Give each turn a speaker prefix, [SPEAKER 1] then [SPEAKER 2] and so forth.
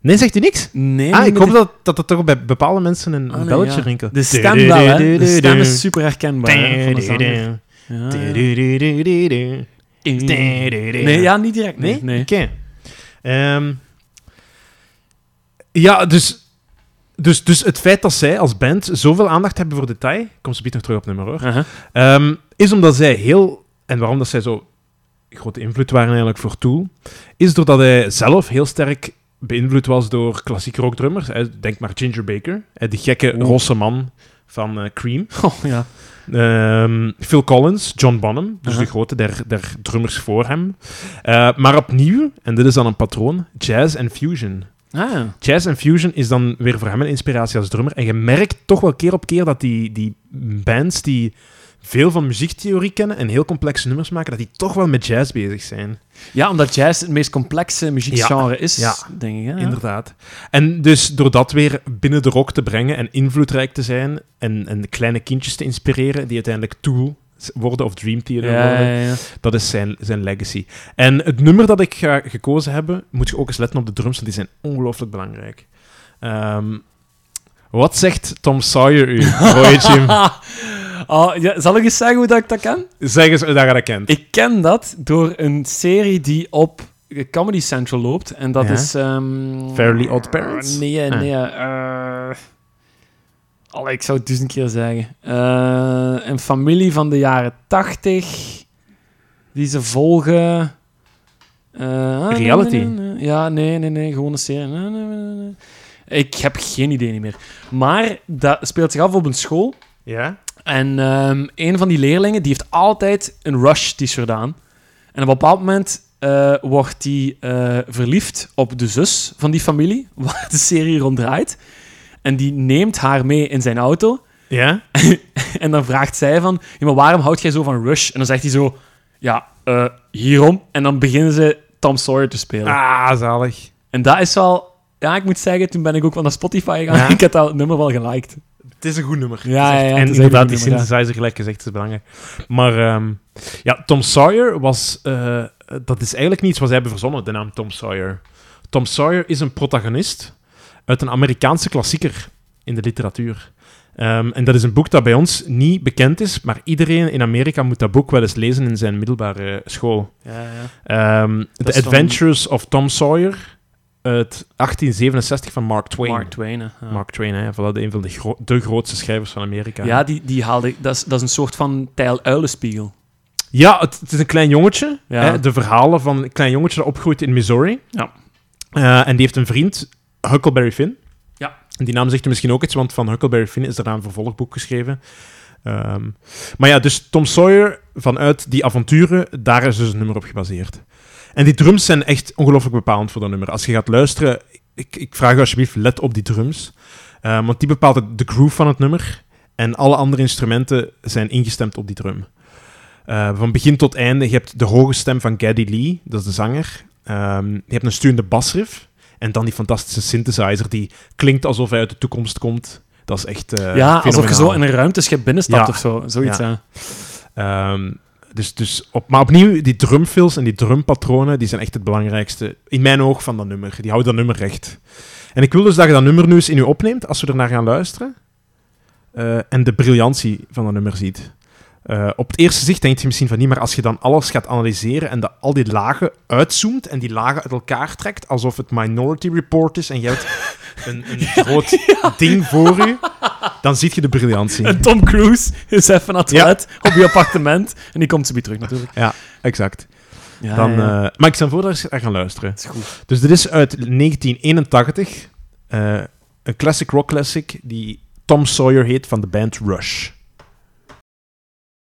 [SPEAKER 1] Nee, zegt u niks?
[SPEAKER 2] Nee,
[SPEAKER 1] ah,
[SPEAKER 2] niet
[SPEAKER 1] ik
[SPEAKER 2] met
[SPEAKER 1] hoop dat, dat dat toch bij bepaalde mensen een
[SPEAKER 2] Ah, nee,
[SPEAKER 1] belletje
[SPEAKER 2] ja.
[SPEAKER 1] rinkelt.
[SPEAKER 2] De stem wel, hè. De stem is super herkenbaar. hè, van de zanger. Ah, Ja. Mm. Nee, ja, niet direct. Nee,
[SPEAKER 1] Nee?
[SPEAKER 2] nee.
[SPEAKER 1] Oké. Ehm, ja, dus, dus, dus het feit dat zij als band zoveel aandacht hebben voor detail, ik kom ze biedt nog terug op nummer hoor,
[SPEAKER 2] Aha.
[SPEAKER 1] Ehm, is omdat zij heel... En waarom dat zij zo grote invloed waren eigenlijk voor Tool, is doordat hij zelf heel sterk beïnvloed was door klassieke rockdrummers. Hè, Denk maar Ginger Baker, hè, die gekke
[SPEAKER 2] Oeh.
[SPEAKER 1] rosse man van eh, Cream.
[SPEAKER 2] Oh, ja.
[SPEAKER 1] Ehm, Phil Collins, John Bonham, dus
[SPEAKER 2] Aha.
[SPEAKER 1] de grote der, der drummers voor hem. Eh, maar opnieuw, en dit is dan een patroon, jazz en fusion.
[SPEAKER 2] Ah, ja.
[SPEAKER 1] Jazz en fusion is dan weer voor hem een inspiratie als drummer. En je merkt toch wel keer op keer dat die, die bands die veel van muziektheorie kennen en heel complexe nummers maken, dat die toch wel met jazz bezig zijn.
[SPEAKER 2] ja, omdat jazz het meest complexe muziekgenre is,
[SPEAKER 1] ja.
[SPEAKER 2] denk ik. Hè?
[SPEAKER 1] Inderdaad. En dus door dat weer binnen de rock te brengen en invloedrijk te zijn en, en kleine kindjes te inspireren die uiteindelijk Tool worden of Dream Theater
[SPEAKER 2] Ja,
[SPEAKER 1] worden,
[SPEAKER 2] ja, ja.
[SPEAKER 1] dat is zijn, zijn legacy. En het nummer dat ik ga gekozen hebben, moet je ook eens letten op de drums, want die zijn ongelooflijk belangrijk. Ehm, wat zegt Tom Sawyer u, Roy Jim?
[SPEAKER 2] Oh, ja, zal ik eens zeggen hoe dat ik dat ken?
[SPEAKER 1] zeg eens dat je dat kent.
[SPEAKER 2] Ik ken dat door een serie die op Comedy Central loopt. En dat
[SPEAKER 1] Ja.
[SPEAKER 2] is... ehm,
[SPEAKER 1] Fairly Odd Parents?
[SPEAKER 2] Nee,
[SPEAKER 1] Ah.
[SPEAKER 2] nee. eh, allee, ik zou het duizend keer zeggen. Eh, een familie van de jaren tachtig. Die ze volgen... Eh, ah,
[SPEAKER 1] Reality?
[SPEAKER 2] nee, nee, nee. Ja, nee, nee, nee. Gewoon een serie. Nee, nee, nee, nee. Ik heb geen idee meer. Maar dat speelt zich af op een school.
[SPEAKER 1] Ja?
[SPEAKER 2] En ehm, een van die leerlingen die heeft altijd een Rush-t-shirt aan. En op een bepaald moment eh, wordt hij verliefd op de zus van die familie, waar de serie rond draait. En die neemt haar mee in zijn auto.
[SPEAKER 1] Ja?
[SPEAKER 2] En dan vraagt zij van, ja, maar waarom houd jij zo van Rush? En dan zegt hij zo, ja, eh, hierom. En dan beginnen ze Tom Sawyer te spelen.
[SPEAKER 1] Ah, zalig.
[SPEAKER 2] En dat is wel... Ja, ik moet zeggen, toen ben ik ook wel naar Spotify gegaan.
[SPEAKER 1] Ja.
[SPEAKER 2] Ik heb dat nummer wel geliked.
[SPEAKER 1] Het is een goed nummer.
[SPEAKER 2] Ja,
[SPEAKER 1] Het is echt-
[SPEAKER 2] ja, ja,
[SPEAKER 1] en
[SPEAKER 2] het is echt een
[SPEAKER 1] inderdaad,
[SPEAKER 2] goed
[SPEAKER 1] die
[SPEAKER 2] nummer, ja.
[SPEAKER 1] synthesizer gelijk gezegd is belangrijk. Maar ehm, ja, Tom Sawyer was... eh, dat is eigenlijk niets wat zij hebben verzonnen, de naam Tom Sawyer. Tom Sawyer is een protagonist uit een Amerikaanse klassieker in de literatuur. Ehm, en dat is een boek dat bij ons niet bekend is, maar iedereen in Amerika moet dat boek wel eens lezen in zijn middelbare school.
[SPEAKER 2] Ja, ja.
[SPEAKER 1] Ehm, The
[SPEAKER 2] is van-
[SPEAKER 1] Adventures of Tom Sawyer uit 1867 van Mark Twain.
[SPEAKER 2] Mark Twain, hè. ja.
[SPEAKER 1] Mark Twain, hè, voilà, de- een van de, gro- de grootste schrijvers van Amerika.
[SPEAKER 2] Ja, die, die haalde... Dat is, dat is een soort van tijl uilenspiegel.
[SPEAKER 1] Ja, het, het is een klein jongetje.
[SPEAKER 2] Ja.
[SPEAKER 1] Hè, de verhalen van een klein jongetje dat opgroeit in Missouri.
[SPEAKER 2] Ja.
[SPEAKER 1] Eh, en die heeft een vriend, Huckleberry Finn.
[SPEAKER 2] Ja.
[SPEAKER 1] En Die naam zegt u misschien ook iets, want van Huckleberry Finn is daarna een vervolgboek geschreven. Ehm, maar ja, dus Tom Sawyer, vanuit die avonturen, daar is dus een nummer op gebaseerd. En die drums zijn echt ongelooflijk bepalend voor dat nummer. Als je gaat luisteren, ik, ik vraag u alsjeblieft, let op die drums. Eh, want die bepaalt het- de groove van het nummer. En alle andere instrumenten zijn ingestemd op die drum. Eh, van begin tot einde, je hebt de hoge stem van Geddy Lee, dat is de zanger. Ehm, je hebt een sturende basriff. En dan die fantastische synthesizer, die klinkt alsof hij uit de toekomst komt. Dat is echt eh,
[SPEAKER 2] ja, alsof je
[SPEAKER 1] fenomenaal.
[SPEAKER 2] zo in een ruimteschip binnenstapt
[SPEAKER 1] Ja.
[SPEAKER 2] of zo. Zoiets,
[SPEAKER 1] Ja.
[SPEAKER 2] ja.
[SPEAKER 1] Ehm, dus, dus op, maar opnieuw, die drumfills en die drumpatronen, die zijn echt het belangrijkste, in mijn oog, van dat nummer. Die houden dat nummer recht. En ik wil dus dat je dat nummer nu eens in je opneemt, als we ernaar gaan luisteren. eh, en de briljantie van dat nummer ziet. Eh, op het eerste zicht denk je misschien van niet, maar als je dan alles gaat analyseren en dat, al die lagen uitzoomt en die lagen uit elkaar trekt, alsof het Minority Report is en je hebt een, een groot ding voor je, dan zie je de briljantie.
[SPEAKER 2] En Tom Cruise is even naar het
[SPEAKER 1] Ja.
[SPEAKER 2] toilet op je appartement. En die komt ze weer terug, natuurlijk.
[SPEAKER 1] Exact.
[SPEAKER 2] Ja,
[SPEAKER 1] Dan,
[SPEAKER 2] ja, Ah, ja.
[SPEAKER 1] eh, maar ik stel voor dat we eens gaan luisteren.
[SPEAKER 2] Dat is goed.
[SPEAKER 1] Dus dit is uit 1981. eh, een classic rock classic die Tom Sawyer heet van de band Rush.